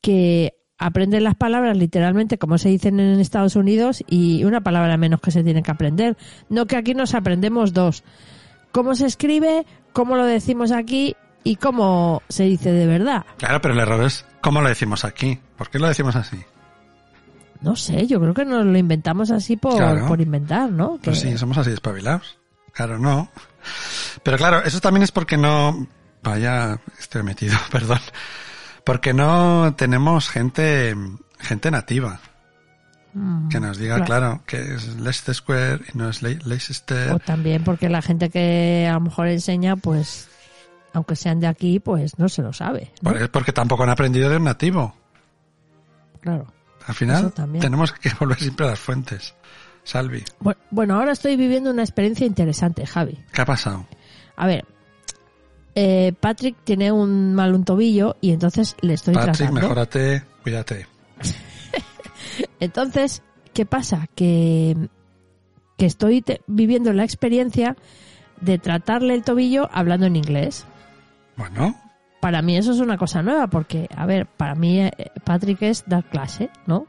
Speaker 2: Que aprenden las palabras literalmente como se dicen en Estados Unidos y una palabra menos que se tiene que aprender. No que aquí nos aprendemos dos. ¿Cómo se escribe? ¿Cómo lo decimos aquí? ¿Y cómo se dice de verdad?
Speaker 6: Claro, pero el error es cómo lo decimos aquí. ¿Por qué lo decimos así?
Speaker 2: No sé, yo creo que nos lo inventamos así por,
Speaker 6: Claro.
Speaker 2: por inventar, ¿no?
Speaker 6: Pues
Speaker 2: Que-
Speaker 6: sí, somos así espabilados. Claro, no. Pero claro, eso también es porque no... Vaya, estoy metido, <laughs> perdón. Porque no tenemos gente, gente nativa
Speaker 2: Mm,
Speaker 6: que nos diga, claro, que es Leicester Square y no es Le- Leicester.
Speaker 2: O también porque la gente que a lo mejor enseña, pues, aunque sean de aquí, pues no se lo sabe. ¿no?
Speaker 6: Por- Es porque tampoco han aprendido de un nativo.
Speaker 2: Claro.
Speaker 6: Al
Speaker 2: Eso
Speaker 6: final
Speaker 2: también.
Speaker 6: tenemos que <laughs> volver siempre a las fuentes. Salvi,
Speaker 2: Bu- Bueno, ahora estoy viviendo una experiencia interesante, Javi.
Speaker 6: ¿qué ha pasado?
Speaker 2: A ver, eh, Patrick tiene un mal un tobillo y entonces le estoy
Speaker 6: Patrick,
Speaker 2: tratando.
Speaker 6: mejórate, cuídate.
Speaker 2: Entonces, ¿qué pasa? Que, que estoy te- viviendo la experiencia de tratarle el tobillo hablando en inglés.
Speaker 6: Bueno,
Speaker 2: para mí eso es una cosa nueva porque, a ver, para mí eh, Patrick es dar clase, ¿no?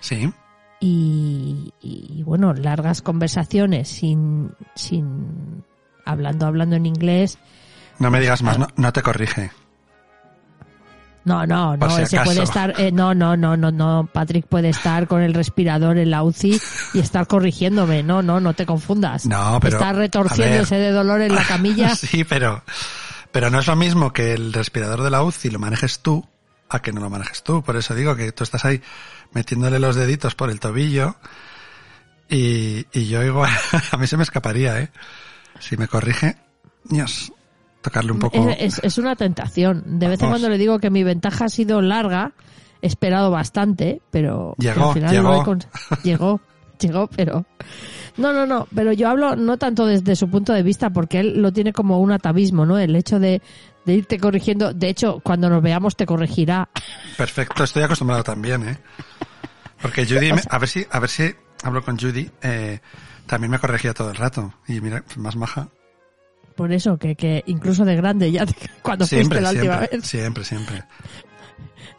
Speaker 6: sí.
Speaker 2: Y, y, bueno, largas conversaciones sin, sin hablando, hablando en inglés.
Speaker 6: No me digas más, no, no te corrige.
Speaker 2: No, no, no,
Speaker 6: Por si
Speaker 2: ese
Speaker 6: acaso.
Speaker 2: puede estar, eh, no, no, no, no, no, Patrick puede estar con el respirador en la UCI y estar corrigiéndome, no, no, no te confundas.
Speaker 6: No, pero,
Speaker 2: Está
Speaker 6: a
Speaker 2: retorciéndose de dolor en la
Speaker 6: <laughs>
Speaker 2: camilla.
Speaker 6: Sí, pero, pero no es lo mismo que el respirador de la UCI lo manejes tú a que no lo manejes tú. Por eso digo que tú estás ahí metiéndole los deditos por el tobillo y, y yo igual, <laughs> a mí se me escaparía, ¿eh? Si me corrige, Dios, tocarle un poco.
Speaker 2: Es, es- es una tentación. De vez en
Speaker 6: Vamos.
Speaker 2: cuando le digo que mi ventaja ha sido larga, he esperado bastante, pero que
Speaker 6: Llegó,
Speaker 2: al final
Speaker 6: llegó.
Speaker 2: lo he
Speaker 6: <laughs>
Speaker 2: cons- llegó, llegó, pero no, no, no. Pero yo hablo no tanto desde su punto de vista, porque él lo tiene como un atavismo, ¿no? El hecho de, de irte corrigiendo. De hecho, cuando nos veamos te corregirá. <laughs>
Speaker 6: Perfecto, estoy acostumbrado también, ¿eh? Porque Judy, me- a ver si, a ver si hablo con Judy, eh, también me corregía todo el rato. Y mira, más maja.
Speaker 2: Por eso que, que incluso de grande ya <laughs> te- cuando fuiste la última
Speaker 6: siempre,
Speaker 2: vez
Speaker 6: siempre, siempre.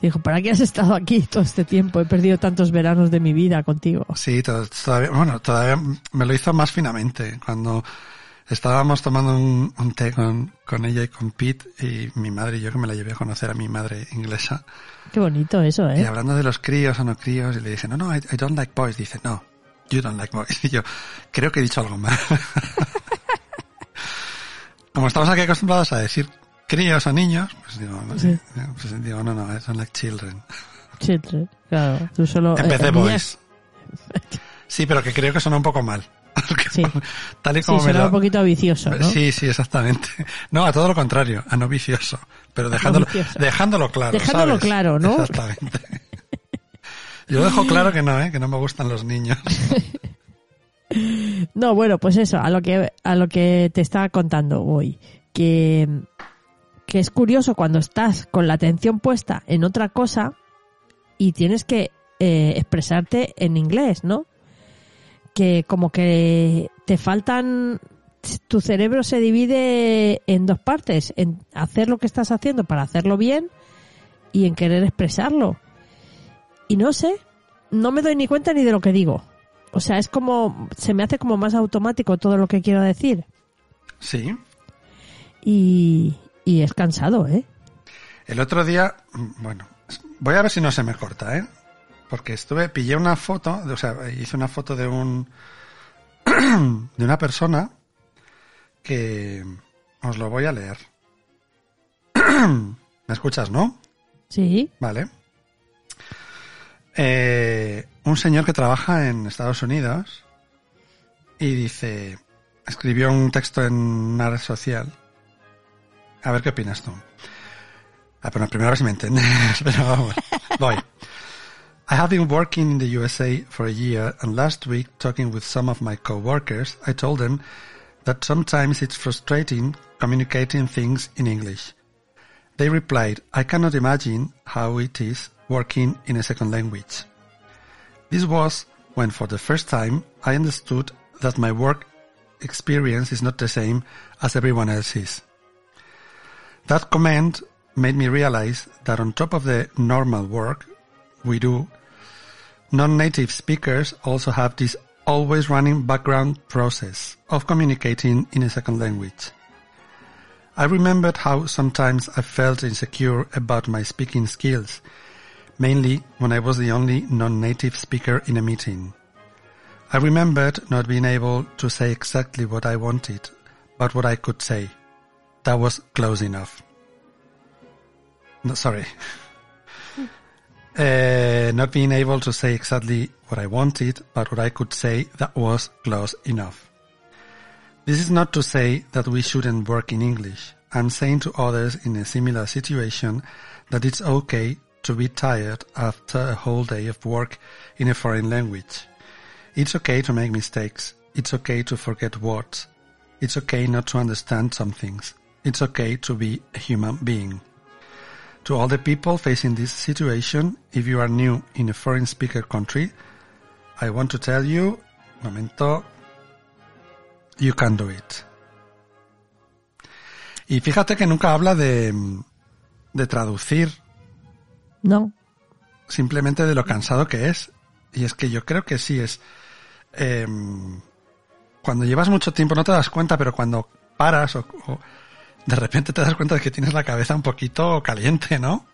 Speaker 2: dijo ¿para qué has estado aquí todo este tiempo? He perdido tantos veranos de mi vida contigo.
Speaker 6: Sí, to- todavía, bueno, todavía me lo hizo más finamente. Cuando estábamos tomando un, un té con, con ella y con Pete y mi madre y yo que me la llevé a conocer a mi madre inglesa.
Speaker 2: Qué bonito eso,
Speaker 6: Y
Speaker 2: ¿eh?
Speaker 6: hablando de los críos o no críos, y le dije, no, no, I, I don't like boys. Dice, no, you don't like boys. <laughs> Y yo, creo que he dicho algo mal. <laughs> Como estamos aquí acostumbrados a decir críos o niños, pues digo, no,
Speaker 2: Sí.
Speaker 6: pues digo, no, no, I don't like children.
Speaker 2: Sí, tre- claro. Tú solo.
Speaker 6: Empecé
Speaker 2: eh,
Speaker 6: boys. Sí, pero que creo que suena un poco mal. <laughs>
Speaker 2: Sí.
Speaker 6: Tal y
Speaker 2: Sí,
Speaker 6: como me
Speaker 2: suena
Speaker 6: lo...
Speaker 2: un poquito vicioso, ¿no?
Speaker 6: Sí, sí, exactamente. <laughs> No, a todo lo contrario, a no vicioso. Pero dejándolo,
Speaker 2: vicioso.
Speaker 6: dejándolo claro.
Speaker 2: Dejándolo
Speaker 6: ¿sabes?
Speaker 2: claro, ¿no?
Speaker 6: Exactamente. <laughs> Yo dejo claro que no, ¿eh? que no me gustan los
Speaker 2: <laughs>
Speaker 6: niños.
Speaker 2: No, bueno, pues eso, a lo que, a lo que te estaba contando hoy. Que, que es curioso cuando estás con la atención puesta en otra cosa y tienes que eh, expresarte en inglés, ¿no? Que como que te faltan. Tu cerebro se divide en dos partes: en hacer lo que estás haciendo para hacerlo bien y en querer expresarlo. Y no sé, no me doy ni cuenta ni de lo que digo. O sea, es como, se me hace como más automático todo lo que quiero decir.
Speaker 6: Sí.
Speaker 2: Y, y es cansado, ¿eh?
Speaker 6: El otro día, mm, bueno, voy a ver si no se me corta, ¿eh? Porque estuve, pillé una foto, o sea, hice una foto de un, <clears throat> de una persona que os lo voy a leer. <clears throat> ¿Me escuchas, no?
Speaker 2: Sí,
Speaker 6: Vale. Eh, un señor que trabaja en Estados Unidos y dice, escribió un texto en una red social. A ver qué opinas tú. Ah, pero primero a ver si me entiendes. <laughs> Pero vamos, voy. I have been working in the USA for a year, and last week, talking with some of my coworkers, I told them that sometimes it's frustrating communicating things in English. They replied, I cannot imagine how it is working in a second language. This was when for the first time I understood that my work experience is not the same as everyone else's. That comment made me realize that on top of the normal work we do, non-native speakers also have this always running background process of communicating in a second language. I remembered how sometimes I felt insecure about my speaking skills, mainly when I was the only non-native speaker in a meeting. I remembered not being able to say exactly what I wanted, but what I could say. That was close enough. No, sorry. <laughs> Uh, not being able to say exactly what I wanted, but what I could say that was close enough. This is not to say that we shouldn't work in English. I'm saying to others in a similar situation that it's okay to be tired after a whole day of work in a foreign language. It's okay to make mistakes. It's okay to forget words. It's okay not to understand some things. It's okay to be a human being. To all the people facing this situation, if you are new in a foreign speaker country, I want to tell you, momento, you can do it. Y fíjate que nunca habla de, de traducir,
Speaker 2: No.
Speaker 6: simplemente de lo cansado que es. Y es que yo creo que sí es. em, cuando llevas mucho tiempo no te das cuenta, pero cuando paras o, o de repente te das cuenta de que tienes la cabeza un poquito caliente, ¿no?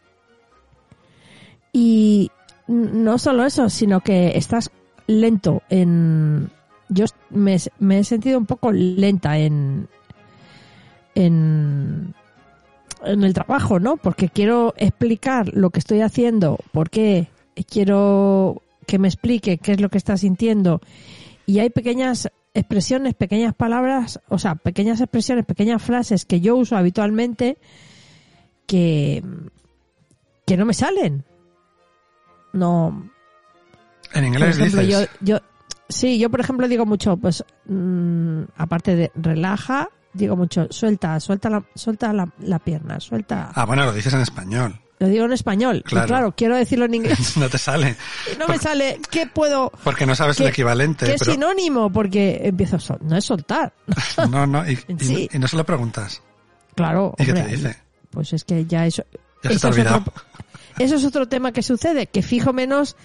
Speaker 2: Y n- no solo eso, sino que estás lento en... Yo est- me, he- me he sentido un poco lenta en... en en el trabajo, ¿no? Porque quiero explicar lo que estoy haciendo, por qué, quiero que me explique qué es lo que está sintiendo. Y hay pequeñas expresiones, pequeñas palabras, o sea, pequeñas expresiones, pequeñas frases que yo uso habitualmente que, que no me salen. No.
Speaker 6: En
Speaker 2: por
Speaker 6: inglés
Speaker 2: ejemplo,
Speaker 6: dices.
Speaker 2: yo, yo- sí, yo por ejemplo digo mucho, pues mm, aparte de relaja, digo mucho, suelta, suelta la, suelta la, la pierna, suelta.
Speaker 6: Ah, bueno, lo dices en español. <laughs>
Speaker 2: Lo digo en español.
Speaker 6: Claro.
Speaker 2: Claro, claro quiero decirlo en
Speaker 6: <laughs>
Speaker 2: inglés.
Speaker 6: no te sale.
Speaker 2: No me sale qué puedo,
Speaker 6: Porque no sabes el
Speaker 2: ¿Qué-
Speaker 6: equivalente.
Speaker 2: qué
Speaker 6: pero-
Speaker 2: sinónimo, porque empiezo a sol- no es soltar.
Speaker 6: <laughs> No, no, y, y-
Speaker 2: Sí.
Speaker 6: y no se lo preguntas.
Speaker 2: Claro.
Speaker 6: ¿Y qué te
Speaker 2: hombre,
Speaker 6: dice?
Speaker 2: Pues es que ya eso.
Speaker 6: Ya se
Speaker 2: eso
Speaker 6: te ha
Speaker 2: es otro-
Speaker 6: olvidado.
Speaker 2: eso es otro tema que sucede, que fijo menos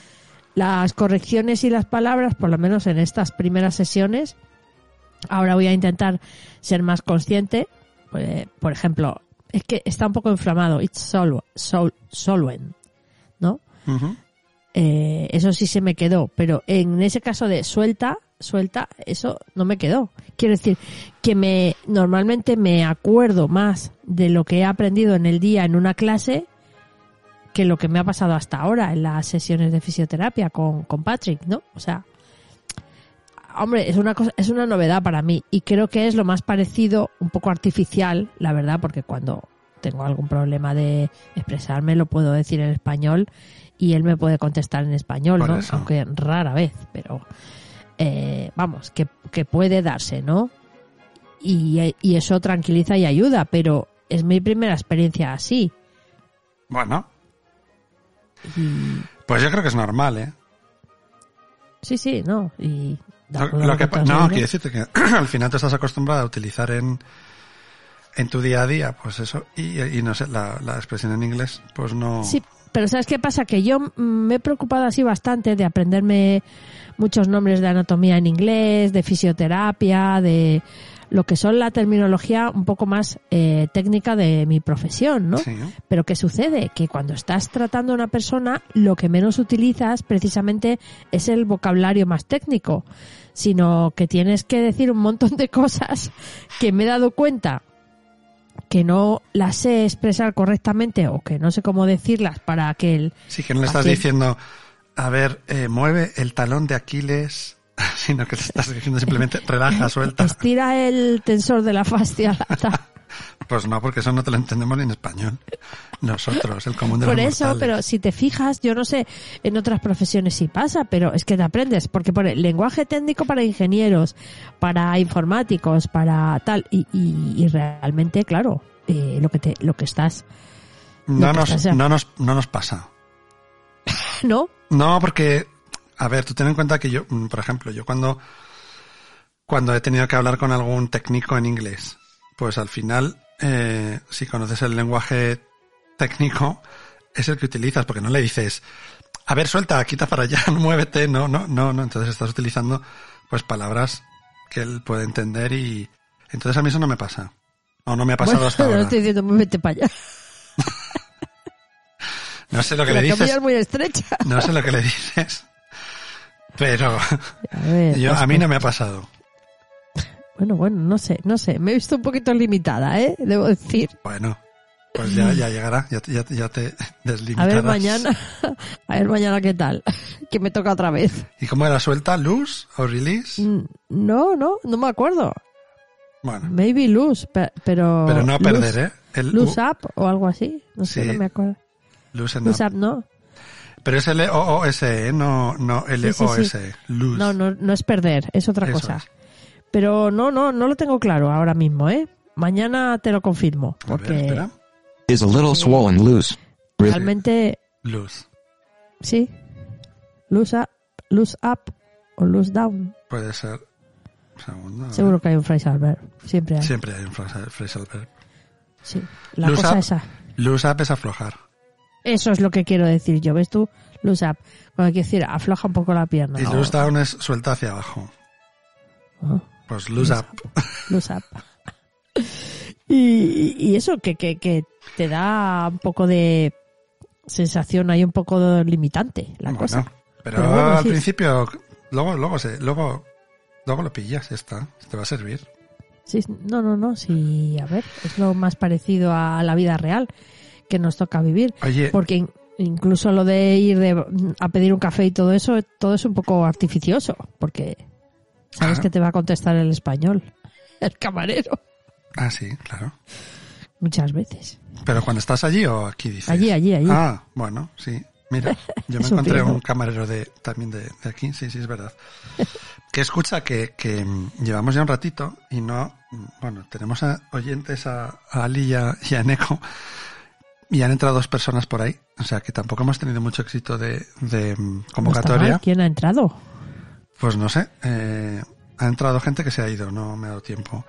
Speaker 2: las correcciones y las palabras, por lo menos en estas primeras sesiones. Ahora voy a intentar ser más consciente. Eh, por ejemplo, es que está un poco inflamado. It's sol, sol, solvent, ¿no?
Speaker 6: Ujú.
Speaker 2: Eh, eso sí se me quedó, pero en ese caso de suelta, suelta, eso no me quedó. Quiero decir que me normalmente me acuerdo más de lo que he aprendido en el día en una clase que lo que me ha pasado hasta ahora en las sesiones de fisioterapia con, con Patrick, ¿no? O sea, hombre, es una cosa, es una novedad para mí y creo que es lo más parecido, un poco artificial, la verdad, porque cuando tengo algún problema de expresarme lo puedo decir en español y él me puede contestar en español,
Speaker 6: Por
Speaker 2: ¿no?
Speaker 6: eso.
Speaker 2: Aunque rara vez, pero eh, vamos, que, que puede darse, ¿no? Y, y eso tranquiliza y ayuda, pero es mi primera experiencia así.
Speaker 6: Bueno,
Speaker 2: Y
Speaker 6: pues yo creo que es normal, ¿eh?
Speaker 2: Sí, sí, no. Y de
Speaker 6: Lo-
Speaker 2: acuerdo
Speaker 6: lo
Speaker 2: a
Speaker 6: que
Speaker 2: lo
Speaker 6: pa-
Speaker 2: que
Speaker 6: no,
Speaker 2: has
Speaker 6: quiero
Speaker 2: dicho.
Speaker 6: decirte que <clears throat> al final te estás acostumbrado a utilizar en, en tu día a día, pues eso, y, y no sé, la, la expresión en inglés, pues no.
Speaker 2: Sí, pero ¿sabes qué pasa? Que yo mm, me he preocupado así bastante de aprenderme muchos nombres de anatomía en inglés, de fisioterapia, de lo que son la terminología un poco más eh, técnica de mi profesión, ¿no?
Speaker 6: Sí, ¿no?
Speaker 2: Pero ¿qué sucede? Que cuando estás tratando a una persona, lo que menos utilizas precisamente es el vocabulario más técnico, sino que tienes que decir un montón de cosas que me he dado cuenta que no las sé expresar correctamente o que no sé cómo decirlas para que el...
Speaker 6: Sí, que no le estás
Speaker 2: Así.
Speaker 6: diciendo, a ver, eh, mueve el talón de Aquiles, <laughs> sino que le estás diciendo simplemente
Speaker 2: <laughs>
Speaker 6: relaja, suelta.
Speaker 2: Estira el tensor de la fascia lata.
Speaker 6: Pues no, porque eso no te lo entendemos ni en español. Nosotros, el común de
Speaker 2: Por
Speaker 6: los
Speaker 2: eso,
Speaker 6: mortales.
Speaker 2: pero si te fijas, yo no sé, en otras profesiones sí pasa, pero es que te aprendes, porque pone lenguaje técnico para ingenieros, para informáticos, para tal, y, y- y realmente, claro, eh, lo que te, lo que estás
Speaker 6: No
Speaker 2: Nunca está
Speaker 6: nos,
Speaker 2: sea.
Speaker 6: no, nos, no nos pasa.
Speaker 2: ¿No?
Speaker 6: No, porque, a ver, tú ten en cuenta que yo, mm, por ejemplo, yo cuando, cuando he tenido que hablar con algún técnico en inglés, pues al final, eh, si conoces el lenguaje técnico, es el que utilizas, porque no le dices, a ver, suelta, quita para allá, <laughs> muévete, no, no, no, no. Entonces estás utilizando, pues, palabras que él puede entender y, entonces a mí eso no me pasa. O no me ha pasado
Speaker 2: Bueno, <laughs>
Speaker 6: hasta
Speaker 2: no
Speaker 6: ahora.
Speaker 2: estoy diciendo, vete para allá.
Speaker 6: No sé lo que
Speaker 2: la
Speaker 6: le
Speaker 2: camilla
Speaker 6: dices,
Speaker 2: es muy estrecha.
Speaker 6: no sé lo que le <laughs> dices, pero,
Speaker 2: A ver,
Speaker 6: Yo,
Speaker 2: es
Speaker 6: a mí
Speaker 2: que-
Speaker 6: no me ha pasado.
Speaker 2: Bueno, bueno, no sé, no sé. Me he visto un poquito limitada, ¿eh? Debo decir.
Speaker 6: Bueno, pues ya, ya llegará, ya, te- ya, te- ya te
Speaker 2: A
Speaker 6: deslimitarás.
Speaker 2: ver mañana, <laughs> a ver mañana qué tal. <laughs> Que me toca otra vez.
Speaker 6: ¿Y cómo era suelta? ¿Luz o release?
Speaker 2: Mm, No, no, no me acuerdo.
Speaker 6: Bueno,
Speaker 2: Maybe lose, pe- pero...
Speaker 6: pero no a perder, ¿eh? El
Speaker 2: Lose,
Speaker 6: U-
Speaker 2: up o algo así. No sé,
Speaker 6: Sí.
Speaker 2: no me acuerdo.
Speaker 6: lose no.
Speaker 2: Lose up, no.
Speaker 6: Pero es L-O-O-S, ¿eh? no, no L-O-S. Luz.
Speaker 2: No, no, no es perder, es otra
Speaker 6: Eso
Speaker 2: cosa.
Speaker 6: es.
Speaker 2: Pero no, no, no lo tengo claro ahora mismo, ¿eh? Mañana te lo confirmo,
Speaker 6: A ver,
Speaker 2: porque
Speaker 6: espera.
Speaker 3: Is a little swollen loose. Really?
Speaker 2: realmente
Speaker 6: Luz.
Speaker 2: sí. Lose up, lose up o lose down.
Speaker 6: Puede ser. Un segundo. a ver.
Speaker 2: Seguro que hay un phrasal Albert. Siempre hay. Sí.
Speaker 6: Siempre hay un frase- phrasal verb.
Speaker 2: La
Speaker 6: Lose
Speaker 2: cosa
Speaker 6: up.
Speaker 2: esa.
Speaker 6: Lose up es aflojar.
Speaker 2: Eso es lo que quiero decir yo, ¿ves tú? Lose up. Cuando quiero decir, afloja un poco la pierna.
Speaker 6: Y
Speaker 2: o-
Speaker 6: lose down es suelta hacia abajo.
Speaker 2: Ah.
Speaker 6: Pues lose up.
Speaker 2: Los app. Y, y eso, que, que, que te da un poco de sensación ahí un poco limitante la
Speaker 6: Bueno,
Speaker 2: cosa.
Speaker 6: Pero,
Speaker 2: Pero bueno,
Speaker 6: al
Speaker 2: sí.
Speaker 6: principio, luego, luego se, luego, luego lo pillas, ya está. Te va a servir.
Speaker 2: Sí, no, no, no, sí, a ver, es lo más parecido a la vida real que nos toca vivir.
Speaker 6: Oye,
Speaker 2: Porque in- incluso lo de ir de- a pedir un café y todo eso, todo es un poco artificioso, porque sabes
Speaker 6: Ah.
Speaker 2: que te va a contestar el español, <laughs> el camarero,
Speaker 6: ah, sí, claro.
Speaker 2: muchas veces.
Speaker 6: Pero cuando estás allí o aquí dices.
Speaker 2: Allí, allí, allí.
Speaker 6: Ah, bueno, sí.
Speaker 2: <laughs>
Speaker 6: Mira, yo me
Speaker 2: Es un
Speaker 6: encontré
Speaker 2: riesgo.
Speaker 6: un camarero de también de, de aquí, sí, sí, es verdad.
Speaker 2: <laughs>
Speaker 6: Que escucha que, que, mm, llevamos ya un ratito y no, mm, bueno, tenemos a oyentes a, a Ali y a, y a Neko y han entrado dos personas por ahí, o sea que tampoco hemos tenido mucho éxito de,
Speaker 2: No
Speaker 6: de, mm,
Speaker 2: está mal.
Speaker 6: convocatoria.
Speaker 2: ¿Quién ha entrado?
Speaker 6: Pues no sé. eh, ha entrado gente que se ha ido, no me ha dado tiempo.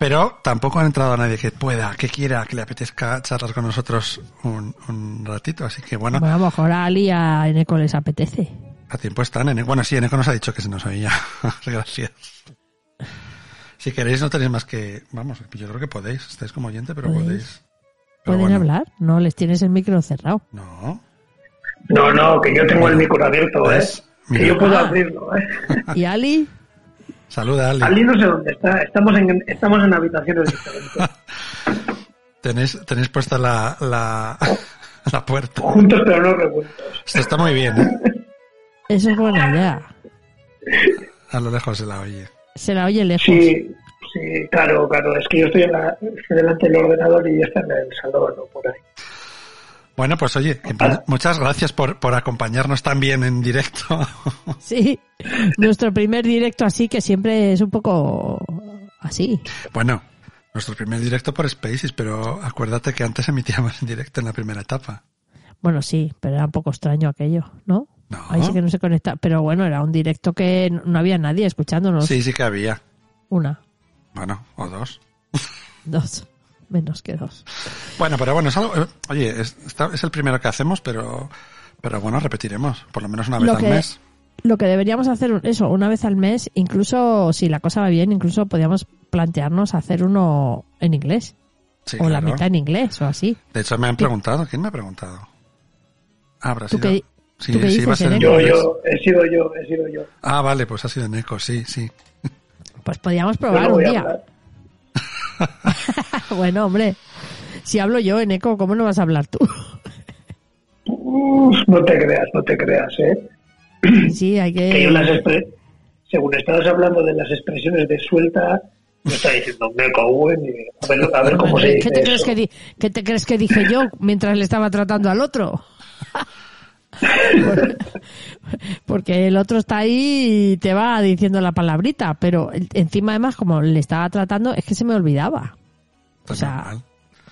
Speaker 6: Pero tampoco ha entrado nadie que pueda, que quiera, que le apetezca charlar con nosotros un, un ratito. Así que bueno,
Speaker 2: Bueno, a lo mejor a Ali y a Eneco les apetece.
Speaker 6: a tiempo están. Ene- Bueno, sí, Eneco nos ha dicho que se nos oía. <laughs> Gracias. Si queréis, no tenéis más que. Vamos, yo creo que podéis. Estáis como oyente, pero
Speaker 2: Podéis.
Speaker 6: podéis. Pero
Speaker 2: ¿Pueden
Speaker 6: bueno,
Speaker 2: hablar? No, les tienes el micro
Speaker 6: <laughs>
Speaker 2: cerrado.
Speaker 6: No.
Speaker 7: No, no, que yo tengo el micro abierto, ¿eh?
Speaker 6: ¿Ves?
Speaker 7: Que
Speaker 6: Mira.
Speaker 7: yo puedo
Speaker 6: <laughs>
Speaker 7: abrirlo, ¿eh?
Speaker 2: ¿Y Ali?
Speaker 6: Saluda, Ali.
Speaker 7: Ali no sé dónde está. Estamos en, estamos en habitaciones diferentes.
Speaker 6: Tenéis, tenéis puesta la, la, <laughs> la puerta.
Speaker 7: Juntos pero no revueltos.
Speaker 6: Esto está muy bien, ¿eh?
Speaker 2: Eso es buena idea.
Speaker 6: A lo lejos se la oye.
Speaker 2: Se la oye lejos.
Speaker 7: Sí, sí, claro, claro. Es que yo estoy, en la- estoy delante del ordenador y ella está en el salón o por ahí.
Speaker 6: Bueno, pues oye, que
Speaker 7: Ojalá.
Speaker 6: muchas gracias por, por acompañarnos también en directo.
Speaker 2: <laughs>
Speaker 6: <laughs>
Speaker 2: Sí. Nuestro primer directo así, que siempre es un poco así.
Speaker 6: bueno, nuestro primer directo por Spaces, pero acuérdate que antes emitíamos en directo en la primera etapa.
Speaker 2: Bueno, sí, pero era un poco extraño aquello, ¿no?
Speaker 6: No.
Speaker 2: Ahí sí que no se conecta. Pero bueno, era un directo que no no había nadie escuchándonos.
Speaker 6: Sí, sí que había.
Speaker 2: Una,
Speaker 6: Bueno, o dos.
Speaker 2: dos, menos que dos.
Speaker 6: Bueno, pero bueno, es algo, eh, oye, es, está- es el primero que hacemos, pero, pero bueno, repetiremos, por lo menos una vez
Speaker 2: Lo
Speaker 6: al
Speaker 2: que-
Speaker 6: mes.
Speaker 2: lo que deberíamos hacer un- eso una vez al mes incluso si la cosa va bien incluso podríamos plantearnos hacer uno en inglés
Speaker 6: Sí,
Speaker 2: o la
Speaker 6: claro.
Speaker 2: mitad en inglés o así
Speaker 6: De hecho, me han preguntado, ¿quién me ha preguntado? Ah, Habrá
Speaker 2: ¿Tú
Speaker 6: sido.
Speaker 2: qué-
Speaker 6: sí,
Speaker 2: tú qué
Speaker 6: sí, va a
Speaker 2: dices,
Speaker 6: ser en
Speaker 2: Elena?
Speaker 7: Yo,
Speaker 6: inglés.
Speaker 7: yo, he sido yo, he sido yo.
Speaker 6: Ah, vale, pues ha sido en eco, sí, sí.
Speaker 2: pues podríamos
Speaker 7: Yo
Speaker 2: probar
Speaker 7: no
Speaker 2: un
Speaker 7: voy a
Speaker 2: día
Speaker 7: hablar.
Speaker 2: <laughs> bueno hombre si hablo yo en eco cómo no vas a hablar tú <laughs>
Speaker 7: Uf, no te creas, no te creas, ¿eh?
Speaker 2: sí hay
Speaker 7: Que yo las
Speaker 2: que
Speaker 7: expre- según estabas hablando de las expresiones de suelta, yo estaba diciendo me cago en mi-". a ver, a ver cómo se
Speaker 2: ¿Qué,
Speaker 7: dice
Speaker 2: te crees
Speaker 7: eso.
Speaker 2: que di- qué te crees que dije yo mientras le estaba tratando al otro <laughs> Por- porque el otro está ahí y te va diciendo la palabrita pero encima además como le estaba tratando es que se me olvidaba
Speaker 6: Está
Speaker 2: O sea,
Speaker 6: normal.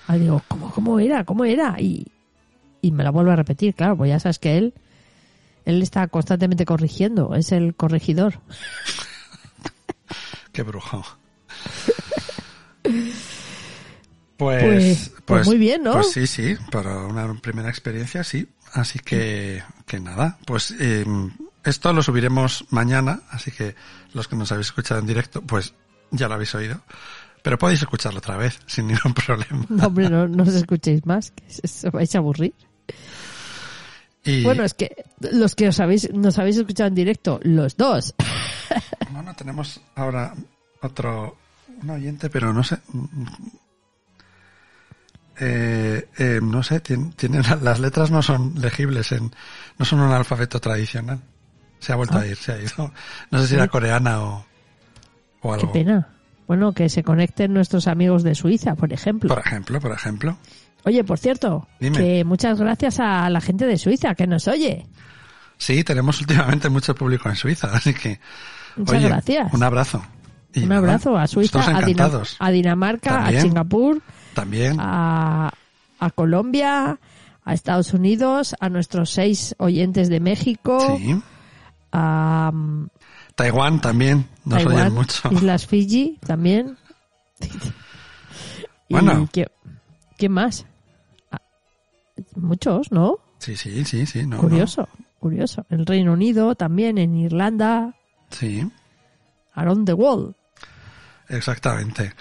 Speaker 2: Ahí digo, ¿cómo, cómo era? ¿Cómo era? Y, y me la vuelvo a repetir, claro, pues ya sabes que él, él está constantemente corrigiendo, es el corregidor. <laughs>
Speaker 6: Qué brujo.
Speaker 2: Pues-
Speaker 6: Pues,
Speaker 2: pues muy bien, ¿no?
Speaker 6: Pues sí, sí, para una primera experiencia, sí. Así que, que nada, pues eh, esto lo subiremos mañana, así que los que nos habéis escuchado en directo, pues ya lo habéis oído. Pero podéis escucharlo otra vez, <laughs> sin ningún problema.
Speaker 2: No, hombre, no, no os escuchéis más, que se- se vais a aburrir.
Speaker 6: Y,
Speaker 2: Bueno, es que los que os habéis, nos habéis escuchado en directo, los dos.
Speaker 6: Bueno, tenemos ahora otro un oyente, pero no sé. mm, Eh, eh, no sé, tiene, tiene <laughs> la- las letras no son legibles, en, no son un alfabeto tradicional. Se ha
Speaker 2: Ah.
Speaker 6: vuelto a ir, se ha ido. No sé si era coreana o, o
Speaker 2: Qué
Speaker 6: algo.
Speaker 2: pena. Bueno, que se conecten nuestros amigos de Suiza, por ejemplo.
Speaker 6: Por ejemplo, por ejemplo.
Speaker 2: Oye, por cierto,
Speaker 6: Dime.
Speaker 2: que muchas gracias a la gente de Suiza que nos oye.
Speaker 6: Sí, tenemos últimamente mucho público en Suiza, <laughs> así que.
Speaker 2: Muchas
Speaker 6: oye,
Speaker 2: gracias.
Speaker 6: Un abrazo. Y
Speaker 2: Un
Speaker 6: nada,
Speaker 2: abrazo a Suiza,
Speaker 6: Estamos
Speaker 2: a, Dina-
Speaker 6: encantados.
Speaker 2: a Dinamarca, a
Speaker 6: También.
Speaker 2: Singapur,
Speaker 6: También.
Speaker 2: a, a Colombia, a Estados Unidos, a nuestros seis oyentes de México,
Speaker 6: Sí.
Speaker 2: a mm,
Speaker 6: Taiwán también. Nos
Speaker 2: Taiwán,
Speaker 6: oyen mucho. <laughs>
Speaker 2: Islas Fiji también. <laughs> ¿Y
Speaker 6: Bueno.
Speaker 2: ¿Qué, qué más? Ah, Muchos, ¿no?
Speaker 6: Sí, sí, sí, sí. No, no.
Speaker 2: curioso, curioso. En Reino Unido también, en Irlanda,
Speaker 6: Sí,
Speaker 2: around the world.
Speaker 6: exactamente.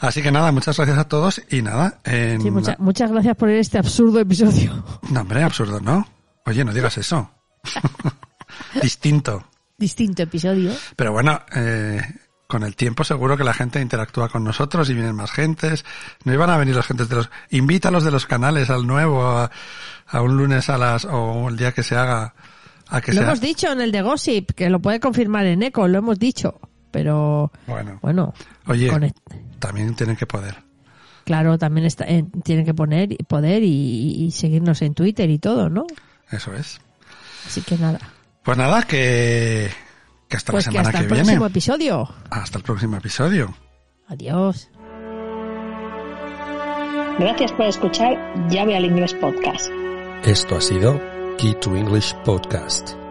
Speaker 6: Así que nada, muchas gracias a todos y nada. En...
Speaker 2: Sí, mucha- muchas gracias por este absurdo episodio.
Speaker 6: No, hombre, absurdo, ¿no? Oye, no digas eso. <laughs> Distinto.
Speaker 2: Distinto episodio.
Speaker 6: Pero bueno, eh, con el tiempo seguro que la gente interactúa con nosotros y vienen más gentes. No iban a venir los gentes de los... Invítalos de los canales al nuevo, a, a un lunes a las... o el día que se haga... A que
Speaker 2: lo
Speaker 6: sea...
Speaker 2: hemos dicho en el de Gossip, que lo puede confirmar en Eco, lo hemos dicho. Pero
Speaker 6: Bueno,
Speaker 2: bueno,
Speaker 6: oye,
Speaker 2: con-
Speaker 6: también tienen que poder.
Speaker 2: claro, también está, eh, tienen que poner poder y, y seguirnos en Twitter y todo, ¿no?
Speaker 6: Eso es.
Speaker 2: Así que nada.
Speaker 6: Pues nada, que, que hasta
Speaker 2: Pues
Speaker 6: la
Speaker 2: que
Speaker 6: semana
Speaker 2: hasta el
Speaker 6: que viene.
Speaker 2: próximo episodio.
Speaker 6: Hasta el próximo episodio.
Speaker 2: Adiós.
Speaker 4: Gracias por escuchar Llave al Inglés Podcast.
Speaker 5: Esto ha sido Key to English Podcast.